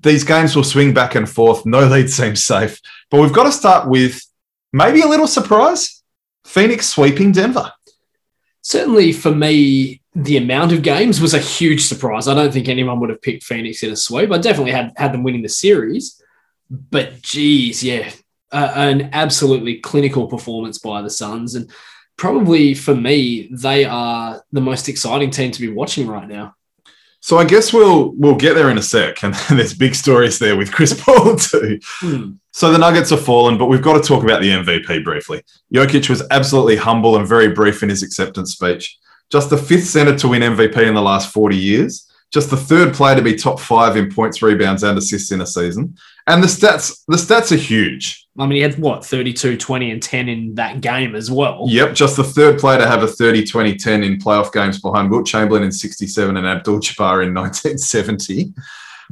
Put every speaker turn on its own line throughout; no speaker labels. these games will swing back and forth. No lead seems safe, but we've got to start with maybe a little surprise Phoenix sweeping Denver.
Certainly for me, the amount of games was a huge surprise. I don't think anyone would have picked Phoenix in a sweep. I definitely had had them winning the series, but geez, yeah, uh, an absolutely clinical performance by the Suns, and probably for me, they are the most exciting team to be watching right now.
So I guess we'll we'll get there in a sec, and there's big stories there with Chris Paul too.
Hmm.
So the Nuggets have fallen, but we've got to talk about the MVP briefly. Jokic was absolutely humble and very brief in his acceptance speech. Just the fifth center to win MVP in the last 40 years. Just the third player to be top five in points, rebounds, and assists in a season. And the stats, the stats are huge.
I mean, he had what 32, 20, and 10 in that game as well.
Yep, just the third player to have a 30, 20, 10 in playoff games behind Wilt Chamberlain in 67 and Abdul Jabbar in 1970.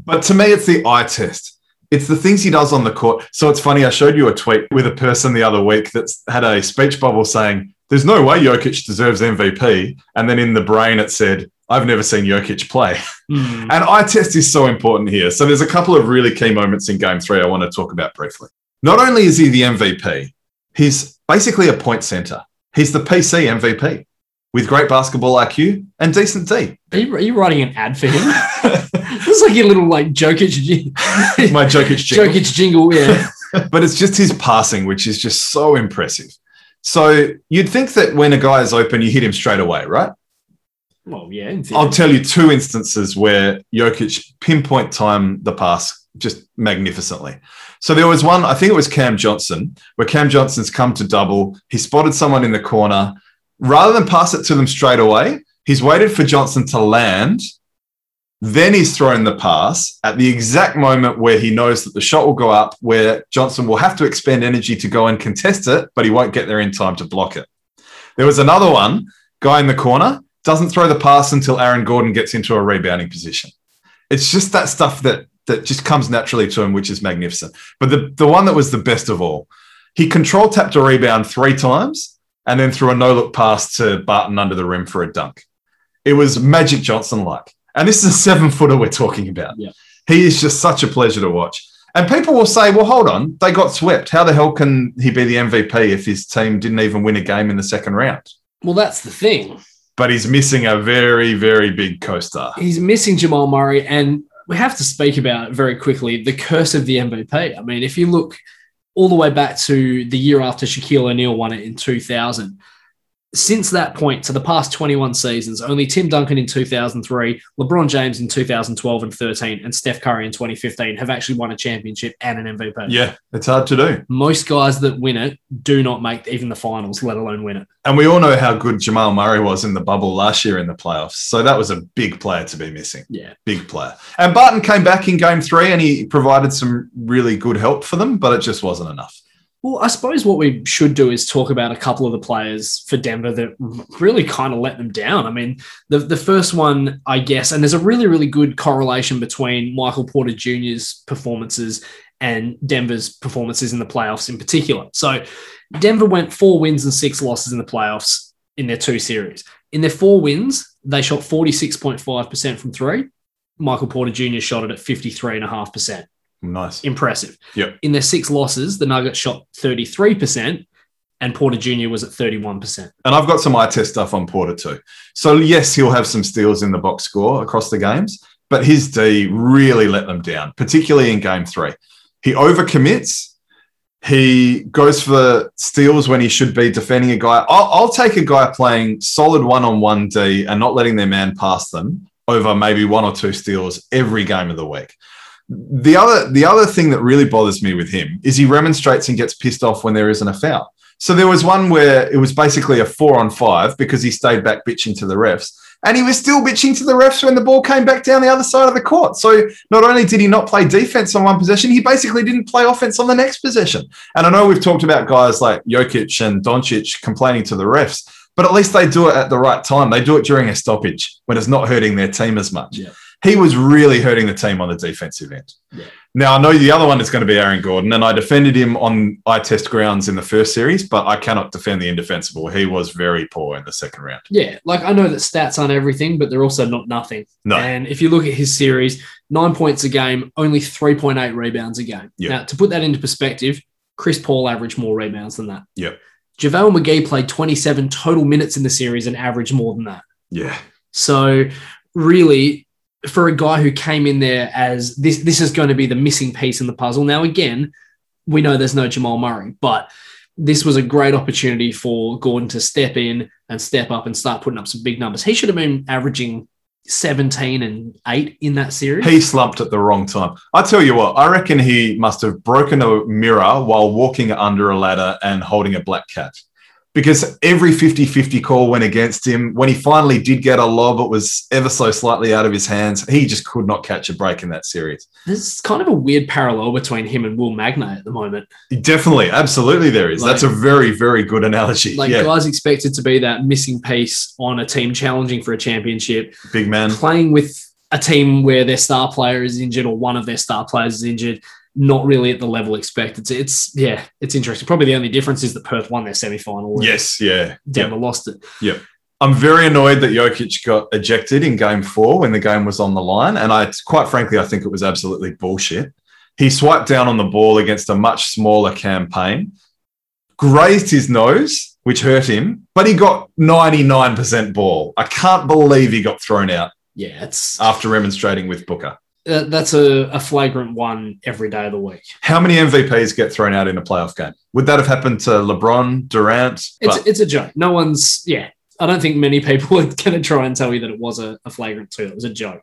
But to me, it's the eye test. It's the things he does on the court. So it's funny, I showed you a tweet with a person the other week that's had a speech bubble saying, There's no way Jokic deserves MVP. And then in the brain, it said, I've never seen Jokic play.
Hmm.
And eye test is so important here. So there's a couple of really key moments in game three I want to talk about briefly. Not only is he the MVP, he's basically a point center. He's the PC MVP with great basketball IQ and decent D.
Are you, are you writing an ad for him? it's like your little like Jokic, jing-
My joke is jingle.
Jokic jingle. Yeah,
but it's just his passing, which is just so impressive. So you'd think that when a guy is open, you hit him straight away, right?
well, yeah. in theory.
I'll tell you two instances where Jokic pinpoint time the pass just magnificently. So there was one, I think it was Cam Johnson, where Cam Johnson's come to double. He spotted someone in the corner. Rather than pass it to them straight away, he's waited for Johnson to land. Then he's thrown the pass at the exact moment where he knows that the shot will go up, where Johnson will have to expend energy to go and contest it, but he won't get there in time to block it. There was another one, guy in the corner, doesn't throw the pass until Aaron Gordon gets into a rebounding position. It's just that stuff that that just comes naturally to him, which is magnificent. But the, the one that was the best of all, he control tapped a rebound three times and then threw a no look pass to Barton under the rim for a dunk. It was Magic Johnson like. And this is a seven footer we're talking about.
Yeah.
He is just such a pleasure to watch. And people will say, well, hold on, they got swept. How the hell can he be the MVP if his team didn't even win a game in the second round?
Well, that's the thing.
but he's missing a very, very big co-star.
He's missing Jamal Murray, and we have to speak about very quickly the curse of the MVP. I mean, if you look all the way back to the year after Shaquille O'Neal won it in 2000, since that point to the past 21 seasons, only Tim Duncan in 2003, LeBron James in 2012 and 13, and Steph Curry in 2015 have actually won a championship and an MVP.
Yeah, it's hard to do.
Most guys that win it do not make even the finals, let alone win it.
And we all know how good Jamal Murray was in the bubble last year in the playoffs. So that was a big player to be missing.
Yeah.
Big player. And Barton came back in game three and he provided some really good help for them, but it just wasn't enough.
Well, I suppose what we should do is talk about a couple of the players for Denver that really kind of let them down. I mean, the, the first one, I guess, and there's a really, really good correlation between Michael Porter Jr.'s performances and Denver's performances in the playoffs in particular. So Denver went four wins and six losses in the playoffs in their two series. In their four wins, they shot 46.5% from three. Michael Porter Jr. shot it at 53.5%
Nice.
impressive.
Yep.
In their six losses, the Nuggets shot 33% and Porter Jr. was at 31%.
And I've got some eye test stuff on Porter too. So yes, he'll have some steals in the box score across the games, but his D really let them down, particularly in game three. He overcommits. He goes for steals when he should be defending a guy. I'll, I'll take a guy playing solid one on one D and not letting their man pass them over maybe one or two steals every game of the week. The other, the other thing that really bothers me with him is he remonstrates and gets pissed off when there isn't a foul. So there was one where it was basically a four on five because he stayed back bitching to the refs. And he was still bitching to the refs when the ball came back down the other side of the court. So not only did he not play defense on one possession, he basically didn't play offense on the next possession. And I know we've talked about guys like Jokic and Doncic complaining to the refs, but at least they do it at the right time. They do it during a stoppage when it's not hurting their team as much.
Yeah.
he was really hurting the team on the defensive end.
Yeah.
Now I know the other one is going to be Aaron Gordon, and I defended him on eye test grounds in the first series, but I cannot defend the indefensible. He was very poor in the second round.
Yeah, like I know that stats aren't everything, but they're also not nothing.
No.
And if you look at his series, nine points a game, only 3.8 rebounds a game.
Yeah.
Now, to put that into perspective, Chris Paul averaged more rebounds than that.
Yeah.
JaVale McGee played 27 total minutes in the series and averaged more than that.
Yeah,
So, really, for a guy who came in there as this, this is going to be the missing piece in the puzzle. Now, again, we know there's no Jamal Murray, but this was a great opportunity for Gordon to step in and step up and start putting up some big numbers. He should have been averaging 17 and 8 in that series.
he slumped at the wrong time. I tell you what, I reckon he must have broken a mirror while walking under a ladder and holding a black cat. Because every 50 50 call went against him. When he finally did get a lob, it was ever so slightly out of his hands. He just could not catch a break in that series.
There's kind of a weird parallel between him and Will Magnay at the moment.
Definitely, absolutely, there is. That's a
Like-
very, very good analogy.
Like,
yeah,
guys expected to be that missing piece on a team challenging for a championship.
big man.
playing with a team where their star player is injured or one of their star players is injured, not really at the level expected. It's, it's yeah, it's interesting. Probably the only difference is that Perth won their semi-final. and
Yes, yeah.
Denver lost it.
I'm very annoyed that Jokic got ejected in game four when the game was on the line. And I, quite frankly, I think it was absolutely bullshit. He swiped down on the ball against a much smaller campaign, grazed his nose, which hurt him, but he got 99% ball. I can't believe he got thrown out
Yeah, it's
after remonstrating with Booker.
uh, that's a, a flagrant one every day of the week.
How many MVPs get thrown out in a playoff game? Would that have happened to LeBron, Durant?
It's
But-
it's a joke. No one's yeah. I don't think many people are going to try and tell you that it was a, a flagrant two. It was a joke.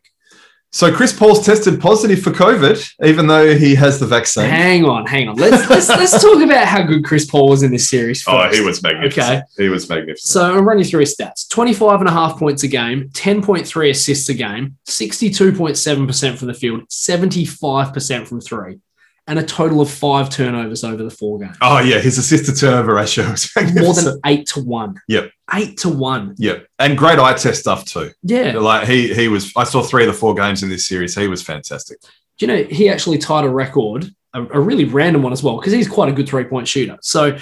so Chris Paul's tested positive for COVID, even though he has the vaccine.
Hang on, hang on. Let's let's let's talk about how good Chris Paul was in this series. First.
Oh, he was magnificent.
Okay.
He was magnificent.
So I'll run you through his stats 25 and a half points a game, 10.3 assists a game, 62.7% from the field, 75% from three, and a total of five turnovers over the four games.
oh, yeah. His assist to turnover ratio was
More
magnificent.
than eight to one.
Yep.
Eight to one.
yeah. And great eye test stuff, too.
Yeah.
Like, he he was, I saw three of the four games in this series. He was fantastic.
Do you know, he actually tied a record, a, a really random one as well, because he's quite a good three point shooter. So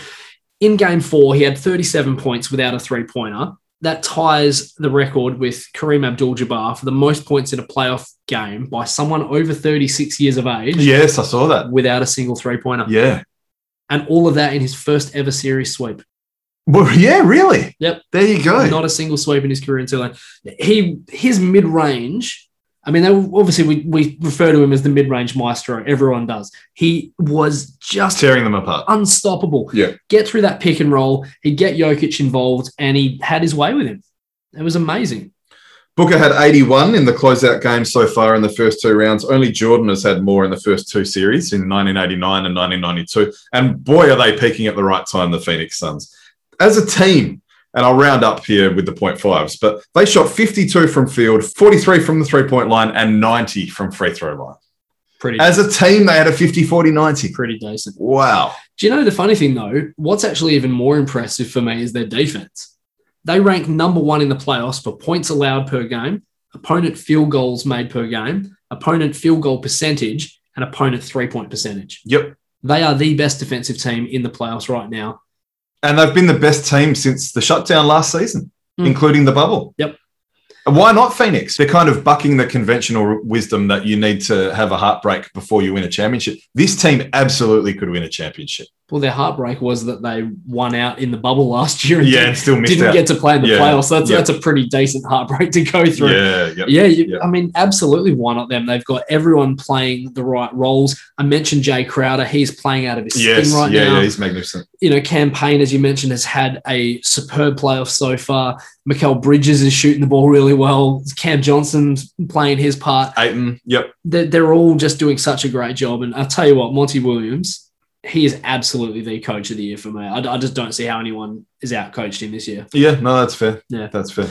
in game four, he had 37 points without a three pointer. That ties the record with Kareem Abdul Jabbar for the most points in a playoff game by someone over 36 years of age
Yes, I saw that.
without a single three pointer.
Yeah.
And all of that in his first ever series sweep.
Well, yeah, really?
Yep.
There you go.
Not a single sweep in his career until then. He his mid range. I mean, they, obviously we, we refer to him as the mid range maestro. Everyone does. He was just
Tearing them apart.
unstoppable.
Yeah.
Get through that pick and roll. He'd get Jokic involved, and he had his way with him. It was amazing.
Booker had 81 in the closeout game so far in the first two rounds. Only Jordan has had more in the first two series in 1989 and 1992. And boy, are they peaking at the right time, the Phoenix Suns. As a team, and I'll round up here with the point fives, but they shot 52 from field, 43 from the three point line, and 90 from free throw line.
Pretty
As a team, they had a 50 40 90.
pretty decent.
Wow.
Do you know the funny thing though? What's actually even more impressive for me is their defense. They rank number one in the playoffs for points allowed per game, opponent field goals made per game, opponent field goal percentage, and opponent three point percentage.
Yep.
They are the best defensive team in the playoffs right now.
And they've been the best team since the shutdown last season,
Hmm.
including the bubble.
Yep.
And why not Phoenix? They're kind of bucking the conventional wisdom that you need to have a heartbreak before you win a championship. This team absolutely could win a championship.
Well, their heartbreak was that they won out in the bubble last year and
Yeah, and still missed
didn't
out.
get to play in the
Yeah,
playoffs. That's,
yeah.
that's a pretty decent heartbreak to go through.
yeah, yeah.
Yeah, you,
Yeah.
I mean, absolutely. Why not them? They've got everyone playing the right roles. I mentioned Jay Crowder; he's playing out of his
Yes,
skin right
yeah,
now.
yeah, he's magnificent.
You know, campaign as you mentioned has had a superb playoff so far. Mikel Bridges is shooting the ball really well. Cam Johnson's playing his part.
Aiton, yep.
They're, they're all just doing such a great job. And I'll tell you what, Monty Williams, he is absolutely the coach of the year for me. I, I just don't see how anyone is out coached him this year.
Yeah, no, that's fair.
Yeah.
that's fair.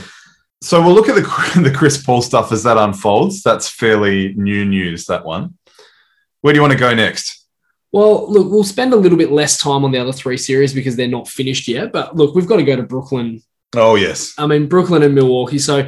So we'll look at the the Chris Paul stuff as that unfolds. That's fairly new news. That one. Where do you want to go next?
Well, look, we'll spend a little bit less time on the other three series because they're not finished yet. But look, we've got to go to Brooklyn.
Oh yes,
I mean, Brooklyn and Milwaukee. So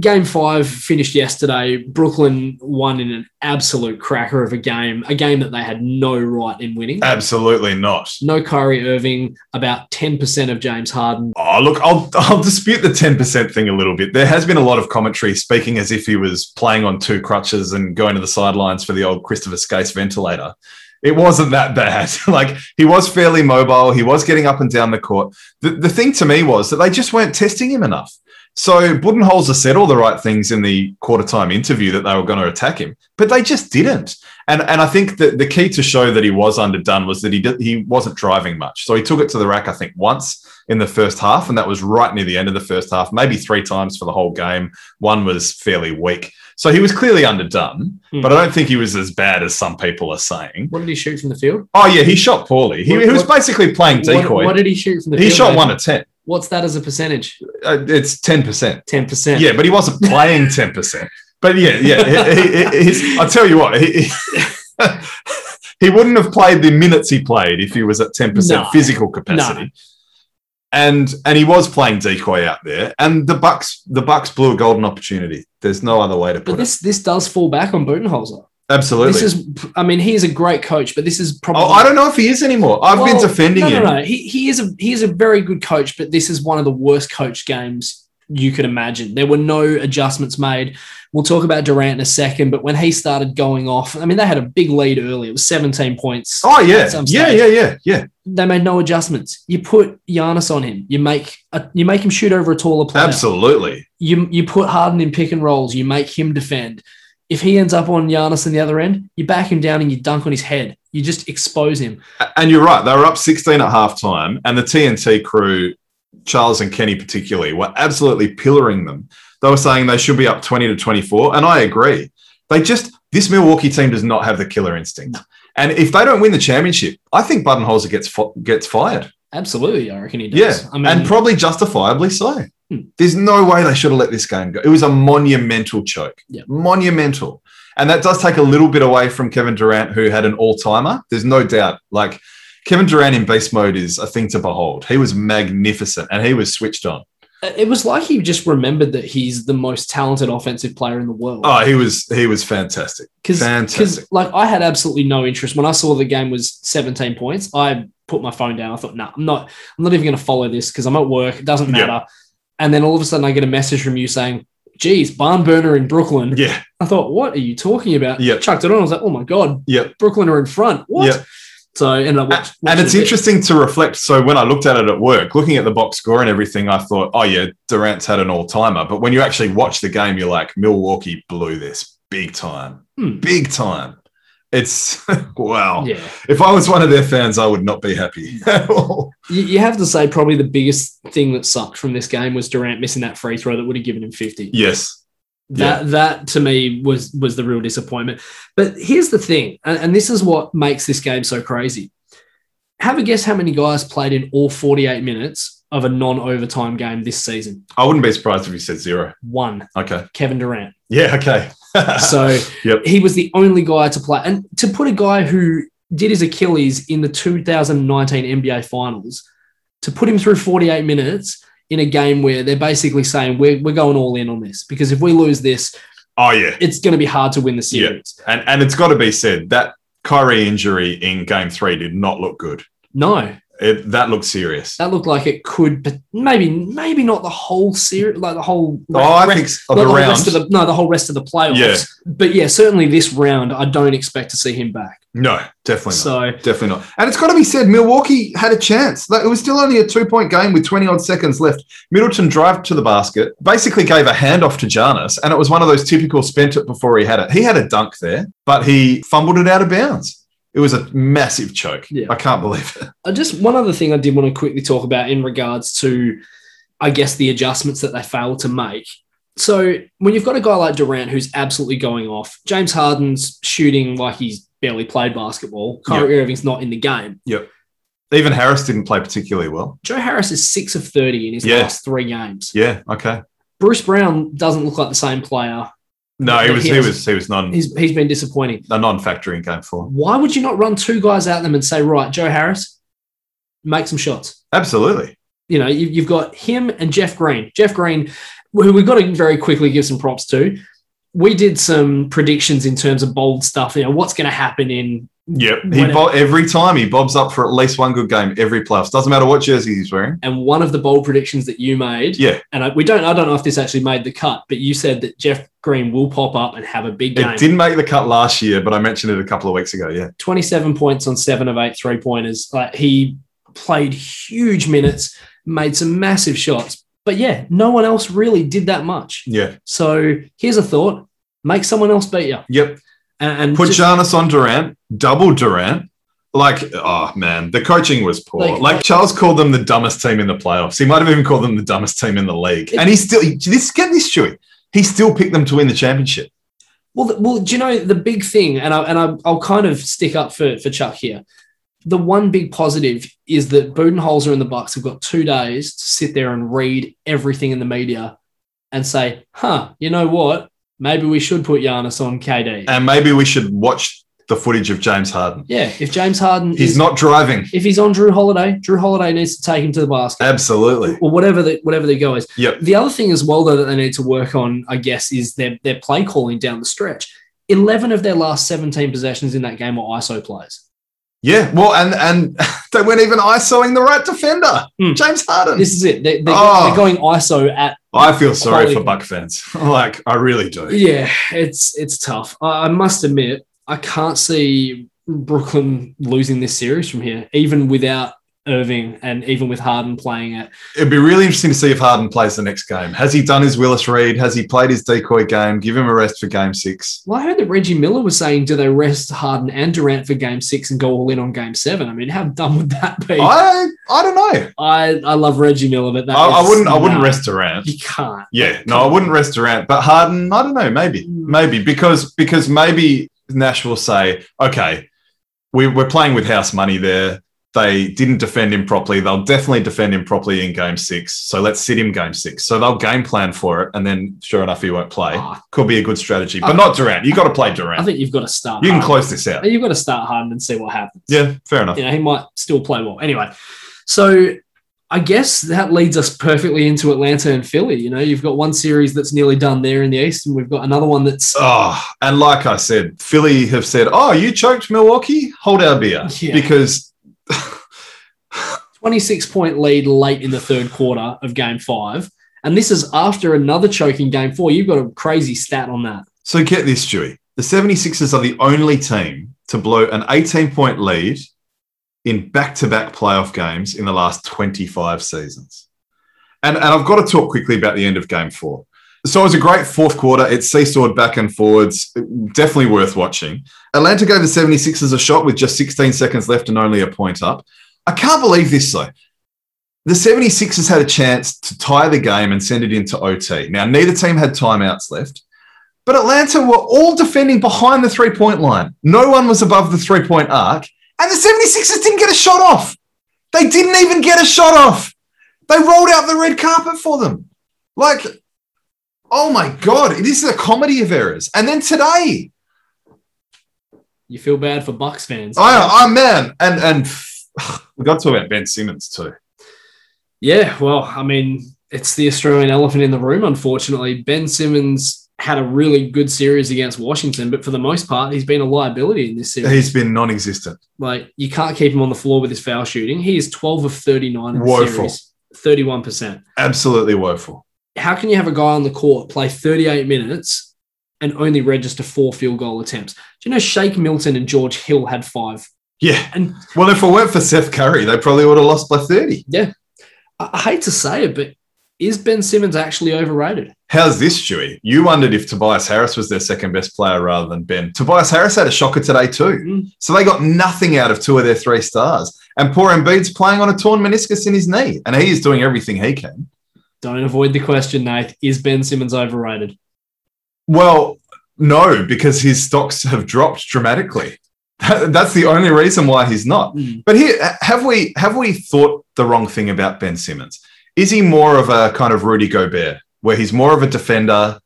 Game five finished yesterday. Brooklyn won in an absolute cracker of a game, a game that they had no right in winning.
Absolutely not.
No Kyrie Irving, about 10% of James Harden.
Oh, look, I'll, I'll dispute the 10% thing a little bit. There has been a lot of commentary speaking as if he was playing on two crutches and going to the sidelines for the old Christopher Skase ventilator. It wasn't that bad. like, he was fairly mobile. He was getting up and down the court. The, the thing to me was that they just weren't testing him enough. So Budenholzer said all the right things in the quarter time interview that they were going to attack him, but they just didn't. And and I think that the key to show that he was underdone was that he did, he wasn't driving much. So he took it to the rack I think once in the first half, and that was right near the end of the first half, maybe three times for the whole game. One was fairly weak. So he was clearly underdone,
Hmm.
but I don't think he was as bad as some people are saying.
What did he shoot from the field?
Oh yeah, he shot poorly. He,
What-
he was
what-
basically playing
What,
decoy.
what did he shoot from the
he
field?
shot
mate?
one to ten.
What's that as a percentage?
Uh, it's ten percent.
10%.
Yeah, but he wasn't playing ten percent. But yeah, yeah. He, he- his- I'll tell you what. He, he, he wouldn't have played the minutes he played if he was at ten percent
No.
physical capacity.
No.
And and he was playing decoy out there. And the Bucks, the Bucks blew a golden opportunity. There's no other way to
But
put it.
this this does fall back on Budenholzer.
Absolutely.
This is, I mean, he is a great coach, but this is probably.
oh, I don't know if he is anymore. I've been
Well,
defending
no,
him.
No, no, he, he is a he is a very good coach, but this is one of the worst coach games you could imagine. There were no adjustments made. We'll talk about Durant in a second, but when he started going off, I mean, they had a big lead early. It was 17 points.
Oh yeah,
At some
yeah,
stage.
yeah, yeah, yeah.
They made no adjustments. You put Giannis on him. You make a, you make him shoot over a taller player.
Absolutely.
You you put Harden in pick and rolls. You make him defend. If he ends up on Giannis on the other end, you back him down and you dunk on his head. You just expose him.
And you're right. They were up 16 at halftime, and the TNT crew, Charles and Kenny particularly, were absolutely pillaring them. They were saying they should be up 20 to 24, and I agree. They just this Milwaukee team does not have the killer instinct. And if they don't win the championship, I think Budenholzer gets fi- gets fired.
Absolutely, I reckon he
Yeah,
does. I mean,
and probably justifiably so.
Mm. Hmm.
There's no way they should have let this game go. It was a monumental choke,
Yeah.
monumental, and that does take a little bit away from Kevin Durant, who had an all timer. There's no doubt. Like Kevin Durant in beast mode is a thing to behold. He was magnificent, and he was switched on.
Uh, It was like he just remembered that he's the most talented offensive player in the world.
Oh, he was he was fantastic, fantastic.
because like I had absolutely no interest when I saw the game was 17 points. I put my phone down. I thought, no, I'm not. I'm not even going to follow this because I'm at work. It doesn't
Yeah.
matter. And then all of a sudden, I get a message from you saying, "Geez, barn burner in Brooklyn."
Yeah,
I thought, what are you talking about?
Yeah.
Chucked it on. I was like, oh my god,
yeah.
Brooklyn are in front. What?
Yeah.
So I ended up watch-
And
watching
it's
a bit.
interesting to reflect. So when I looked at it at work, looking at the box score and everything, I thought, oh yeah, Durant's had an all timer. But when you actually watch the game, you're like, Milwaukee blew this big time,
Hmm.
big time. It's wow.
Yeah.
If I was one of their fans, I would not be happy at all.
You, you have to say probably the biggest thing that sucked from this game was Durant missing that free throw that would have given him 50.
Yes.
That that to me was was the real disappointment. But here's the thing, and, and this is what makes this game so crazy. Have a guess how many guys played in all 48 minutes of a non-overtime game this season?
I wouldn't be surprised if you said zero.
One,
Okay.
Kevin Durant.
Yeah. Okay.
So
Yep.
he was the only guy to play. And to put a guy who did his Achilles in the 2019 NBA Finals, to put him through 48 minutes in a game where they're basically saying, we're, we're going all in on this because if we lose this,
oh yeah.
it's going to be hard to win the
Yeah.
series.
And and it's got to be said that Kyrie injury in Game Three did not look good.
No,
It, that looked serious.
that looked like it could, but maybe, maybe not the whole series, like the whole.
Oh, I think of
not
the
the whole
round.
rest of the, no, the whole rest of the playoffs.
Yeah.
But yeah, certainly this round, I don't expect to see him back.
no, definitely not.
So
Definitely not. And it's got to be said, Milwaukee had a chance. Like, it was still only a two point game with 20 odd seconds left. Middleton drive to the basket, basically gave a handoff to Giannis, and it was one of those typical spent it before he had it. He had a dunk there, but he fumbled it out of bounds. It was a massive choke.
Yeah.
I can't believe it.
I just one other thing I did want to quickly talk about in regards to, I guess, the adjustments that they failed to make. So when you've got a guy like Durant who's absolutely going off, James Harden's shooting like he's barely played basketball. Kyrie Irving's not in the game.
Even Harris didn't play particularly well.
Joe Harris is six of thirty in his
Yeah.
last three games.
Yeah. Okay.
Bruce Brown doesn't look like the same player.
No, he
But
was
he
he
has-
was he was non
He's he's been disappointing.
a non factor in game four.
Why would you not run two guys out them and say, right, Joe Harris, make some shots?
Absolutely.
You know, you- you've got him and Jeff Green. Jeff Green, who we've got to very quickly give some props to. We did some predictions in terms of bold stuff. You know, what's going to happen in
Yep. He
Whatever.
bo- every time he bobs up for at least one good game every playoffs. Doesn't matter what jersey he's wearing.
and one of the bold predictions that you made.
Yeah.
And I, we don't. I don't know if this actually made the cut, but you said that Jeff Green will pop up and have a big game.
It didn't make the cut last year, but I mentioned it a couple of weeks ago. Yeah.
27 points on seven of eight three pointers. Like he played huge minutes, made some massive shots. But yeah, no one else really did that much.
Yeah.
So here's a thought: make someone else beat you.
Yep.
And, and
Put
just-
Giannis on Durant, double Durant. Like, oh man, the coaching was poor.
Like-
Like, Charles called them the dumbest team in the playoffs. He might have even called them the dumbest team in the league.
It-
and he still he- this get this, Chewy. He still picked them to win the championship.
well, th- well, do you know the big thing? And I, and I, I'll kind of stick up for for Chuck here. The one big positive is that Budenholzer and the Bucks have got two days to sit there and read everything in the media and say, "Huh, you know what? Maybe we should put Giannis on KD."
And maybe we should watch the footage of James Harden.
yeah, if James Harden
He's
is
not driving.
if he's on Drew Holiday, Drew Holiday needs to take him to the basket
Absolutely.
or whatever the whatever the go is.
Yep.
The other thing as well though that they need to work on, I guess, is their their play calling down the stretch. Eleven of their last seventeen possessions in that game were ISO plays.
Yeah. Well, and and they weren't even ISOing the right defender,
Mm.
James Harden.
This is it. They, they,
Oh.
They're going ISO at
I feel sorry
Holy-
for Buck fans. like, I really do.
yeah. It's it's tough. I, I must admit, I can't see Brooklyn losing this series from here, even without Irving and even with Harden playing at
It'd be really interesting to see if Harden plays the next game. Has he done his Willis Reed? Has he played his decoy game? Give him a rest for game six.
Well, I heard that Reggie Miller was saying, do they rest Harden and Durant for game six and go all in on game seven? I mean, how dumb would that be? I,
I I don't know.
I, love Reggie Miller, but that
I, I
is-
wouldn't I wouldn't
no,
rest Durant.
You can't.
Yeah, no, I wouldn't rest Durant. But Harden, I don't know, maybe.
Hmm.
Maybe because because maybe Nash will say, okay, we, we're playing with house money there. They didn't defend him properly. They'll definitely defend him properly in game six. So let's sit him game six. So they'll game plan for it. And then sure enough, he won't play.
Oh,
Could be a good strategy, but not Durant. you got to play
I
Durant.
think you've got to start.
You can
Harden.
close this out.
You've got to start Harden and see what happens.
Yeah, fair enough.
You know, he might still play well. Anyway, so I guess that leads us perfectly into Atlanta and Philly. You know, you've got one series that's nearly done there in the East, and we've got another one that's.
Oh, and like I said, Philly have said, oh, you choked Milwaukee? Hold our beer.
Yeah.
Because
26 point lead late in the third quarter of game five. And this is after another choking game four. You've got a crazy stat on that.
So get this, Stewie. The 76ers are the only team to blow an 18 point lead in back to back playoff games in the last 25 seasons. And, and I've got to talk quickly about the end of game four. So it was a great fourth quarter. It seesawed back and forwards. Definitely worth watching. Atlanta gave the 76ers a shot with just 16 seconds left and only a point up. I can't believe this, though. The 76ers had a chance to tie the game and send it into OT. Now, neither team had timeouts left. But Atlanta were all defending behind the three point line. No one was above the three point arc. And the 76ers didn't get a shot off. They didn't even get a shot off. They rolled out the red carpet for them. Like, oh my God, this is a comedy of errors. And then today,
You feel bad for Bucks fans.
I, I man, and, and we got to talk about Ben Simmons too.
yeah, well, I mean, it's the Australian elephant in the room, unfortunately. Ben Simmons had a really good series against Washington, but for the most part, he's been a liability in this series.
He's been non existent.
like, you can't keep him on the floor with his foul shooting. He is 12 of 39 in the
Woeful.
series, 31%.
Absolutely woeful.
how can you have a guy on the court play 38 minutes and only register four field goal attempts? Do you know Shake Milton and George Hill had five?
Yeah.
And-
well, if it weren't for Seth Curry, they probably would have lost by 30.
I, I hate to say it, but is Ben Simmons actually overrated?
How's this, Stewie? You wondered if Tobias Harris was their second best player rather than Ben. Tobias Harris had a shocker today, too.
Mm.
So they got nothing out of two of their three stars. And poor Embiid's playing on a torn meniscus in his knee, and he is doing everything he can.
Don't avoid the question, Nate. Is Ben Simmons overrated?
Well, no, because his stocks have dropped dramatically. That- That's the only reason why he's not.
Mm.
But here, have we have we thought the wrong thing about Ben Simmons? Is he more of a kind of Rudy Gobert, where he's more of a defender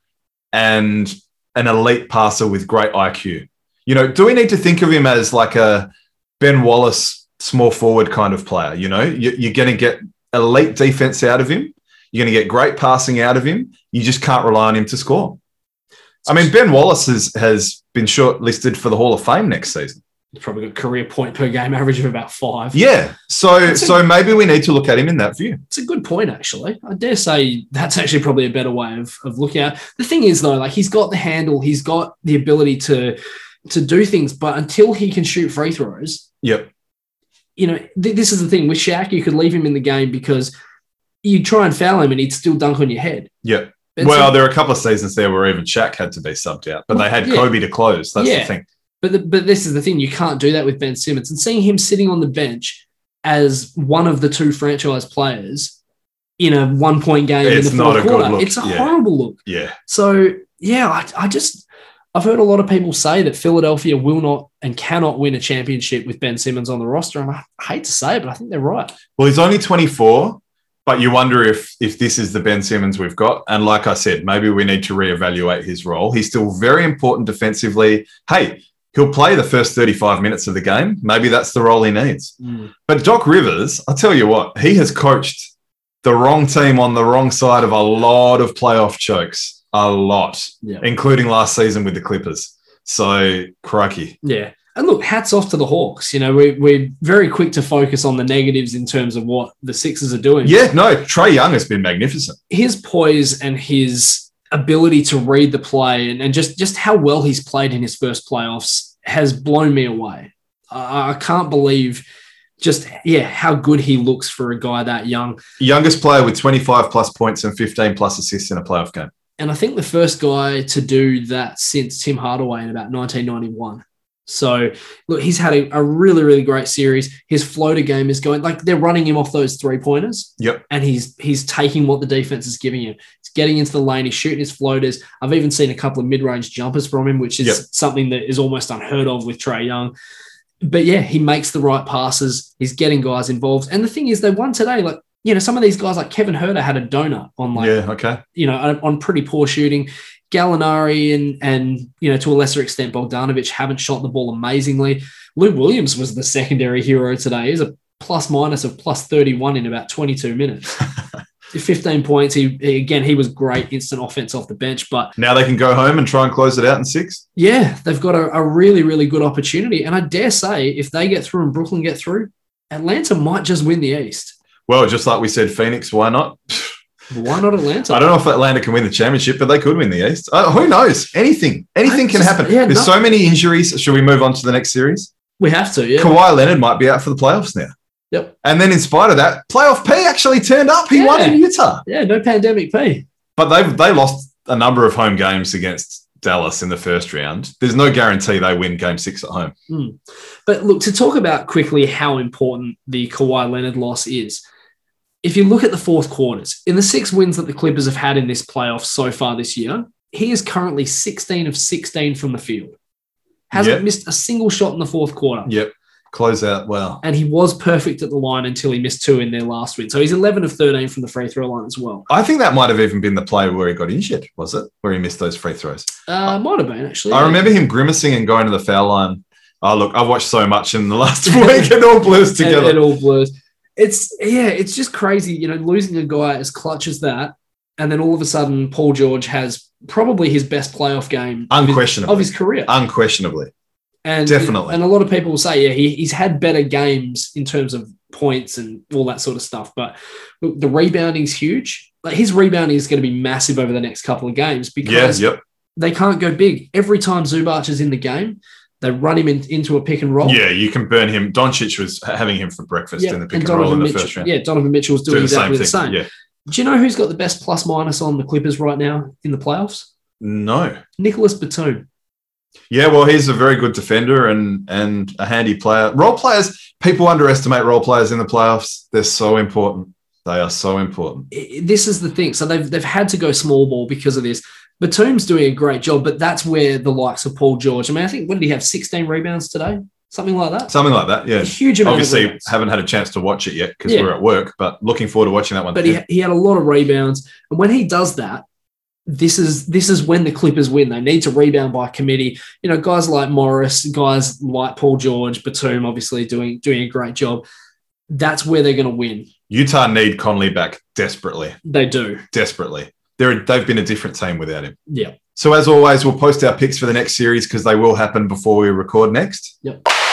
and an elite passer with great IQ? You know, do we need to think of him as like a Ben Wallace small forward kind of player? You know, you, you're going to get elite defense out of him. You're going to get great passing out of him. You just can't rely on him to score. I mean, Ben Wallace has, has been shortlisted for the Hall of Fame next season.
He's probably got career point per game average of about five.
Yeah. So
That's a-
so maybe we need to look at him in that view.
It's a good point, actually. I dare say that's actually probably a better way of, of looking at it. The thing is, though, like he's got the handle, he's got the ability to to do things, but until he can shoot free throws,
Yep.
you know, th- this is the thing with Shaq, you could leave him in the game because you try and foul him and he'd still dunk on your head.
Yep.
Ben
well,
Sim-
there are a couple of seasons there where even Shaq had to be subbed out, but they had
Yeah.
Kobe to close. That's
Yeah.
the thing.
but, the, but this is the thing, you can't do that with Ben Simmons. And seeing him sitting on the bench as one of the two franchise players in a one point game
It's
in the
not
fourth
a good
quarter,
look,
it's a
yeah.
horrible look.
Yeah.
So yeah, I, I just I've heard a lot of people say that Philadelphia will not and cannot win a championship with Ben Simmons on the roster, and I hate to say it, but I think they're right.
Well, he's only 24, but you wonder if if this is the Ben Simmons we've got. And like I said, maybe we need to reevaluate his role. He's still very important defensively. Hey, he'll play the first 35 minutes of the game. Maybe that's the role he needs. But Doc Rivers, I'll tell you what, he has coached the wrong team on the wrong side of a lot of playoff chokes. A lot,
Yeah,
including last season with the Clippers. So crikey.
yeah. And look, hats off to the Hawks. You know, we, we're very quick to focus on the negatives in terms of what the Sixers are doing.
Yeah, no, Trey Young has been magnificent.
his poise and his ability to read the play and, and just just how well he's played in his first playoffs has blown me away. I, I can't believe just yeah how good he looks for a guy that young.
Youngest player with 25 plus points and 15 plus assists in a playoff game.
And I think the first guy to do that since Tim Hardaway in about 1991. So look, he's had a, a really really great series. His floater game is going like they're running him off those three pointers.
Yep.
and he's he's taking what the defense is giving him. He's getting into the lane. He's shooting his floaters. I've even seen a couple of mid-range jumpers from him, which is
Yep.
something that is almost unheard of with Trey Young. But yeah, he makes the right passes. He's getting guys involved. And the thing is, they won today. Like you know, some of these guys like Kevin Herter had a donut on like
yeah, okay.
you know on, on pretty poor shooting. Gallinari and and you know to a lesser extent Bogdanovich haven't shot the ball amazingly. Lou Williams was the secondary hero today. He's a plus minus of plus 31 in about 22 minutes. 15 points. He he- again he was great instant offense off the bench, but
Now they can go home and try and close it out in six.
yeah, they've got a, a really really good opportunity. And I dare say if they get through and Brooklyn get through, Atlanta might just win the East.
Well, just like we said, Phoenix, why not?
Why not Atlanta?
I don't know if Atlanta can win the championship, but they could win the East. Uh, who knows? Anything, anything
I
can
just-
happen.
yeah,
There's
no-
so many injuries. Should we move on to the next series?
we have to. Yeah.
Kawhi Leonard might be out for the playoffs now.
Yep.
And then, in spite of that, playoff P actually turned up. He won
Yeah.
in Utah,
Yeah, no pandemic P.
but they they lost a number of home games against Dallas in the first round. There's no guarantee they win Game Six at home.
But look, to talk about quickly how important the Kawhi Leonard loss is, if you look at the fourth quarters, in the six wins that the Clippers have had in this playoff so far this year, he is currently 16 of 16 from the field. Hasn't
Yep.
missed a single shot in the fourth quarter.
Yep. Close out. Wow.
And he was perfect at the line until he missed two in their last win. So he's 11 of 13 from the free throw line as well.
I think that might have even been the play where he got injured, was it? Where he missed those free throws.
Uh, might have been, actually.
I remember him grimacing and going to the foul line. Oh, look, I've watched so much in the last week. It all blurs
It-
together.
It, all blurs. It's yeah, it's just crazy, you know, losing a guy as clutch as that, and then all of a sudden Paul George has probably his best playoff game of his-
Unquestionably.
of his career.
Unquestionably.
And
Uh, definitely.
And a lot of people will say, yeah, he, he's had better games in terms of points and all that sort of stuff. But look, the rebounding's huge. Like his rebounding is going to be massive over the next couple of games
Yeah,
because
yep.
they can't go big. Every time Zubac is in the game, they run him in, into a pick and roll.
Yeah, you can burn him. Doncic was ha- having him for breakfast
Yeah,
in the pick and, roll in the
Mitchell,
first round.
Yeah, Donovan Mitchell's doing
Do the same
exactly
thing.
the same.
Yeah.
Do you know who's got the best plus minus on the Clippers right now in the playoffs?
No.
Nicholas Batum.
Yeah, well, he's a very good defender and and a handy player. Role players, people underestimate role players in the playoffs. They're so important. They are so important.
I- I- This is the thing. So they've they've had to go small ball because of this. Batum's doing a great job, but that's where the likes of Paul George. I mean, I think when did he have 16 rebounds today? Something like that.
Something like that.
A
Yeah.
huge amount of
obviously
rebounds.
haven't had a chance to watch it yet because
Yeah.
we're at work but looking forward to watching that one
but he, he had a lot of rebounds. And when he does that, this is this is when the Clippers win. They need to rebound by committee. You know, guys like Morris, guys like Paul George, Batum, obviously doing doing a great job. that's where they're going to win.
Utah need Conley back desperately,
They do.
desperately. They're, they've been a different team without him.
Yeah.
So as always, we'll post our picks for the next series because they will happen before we record next.
Yep.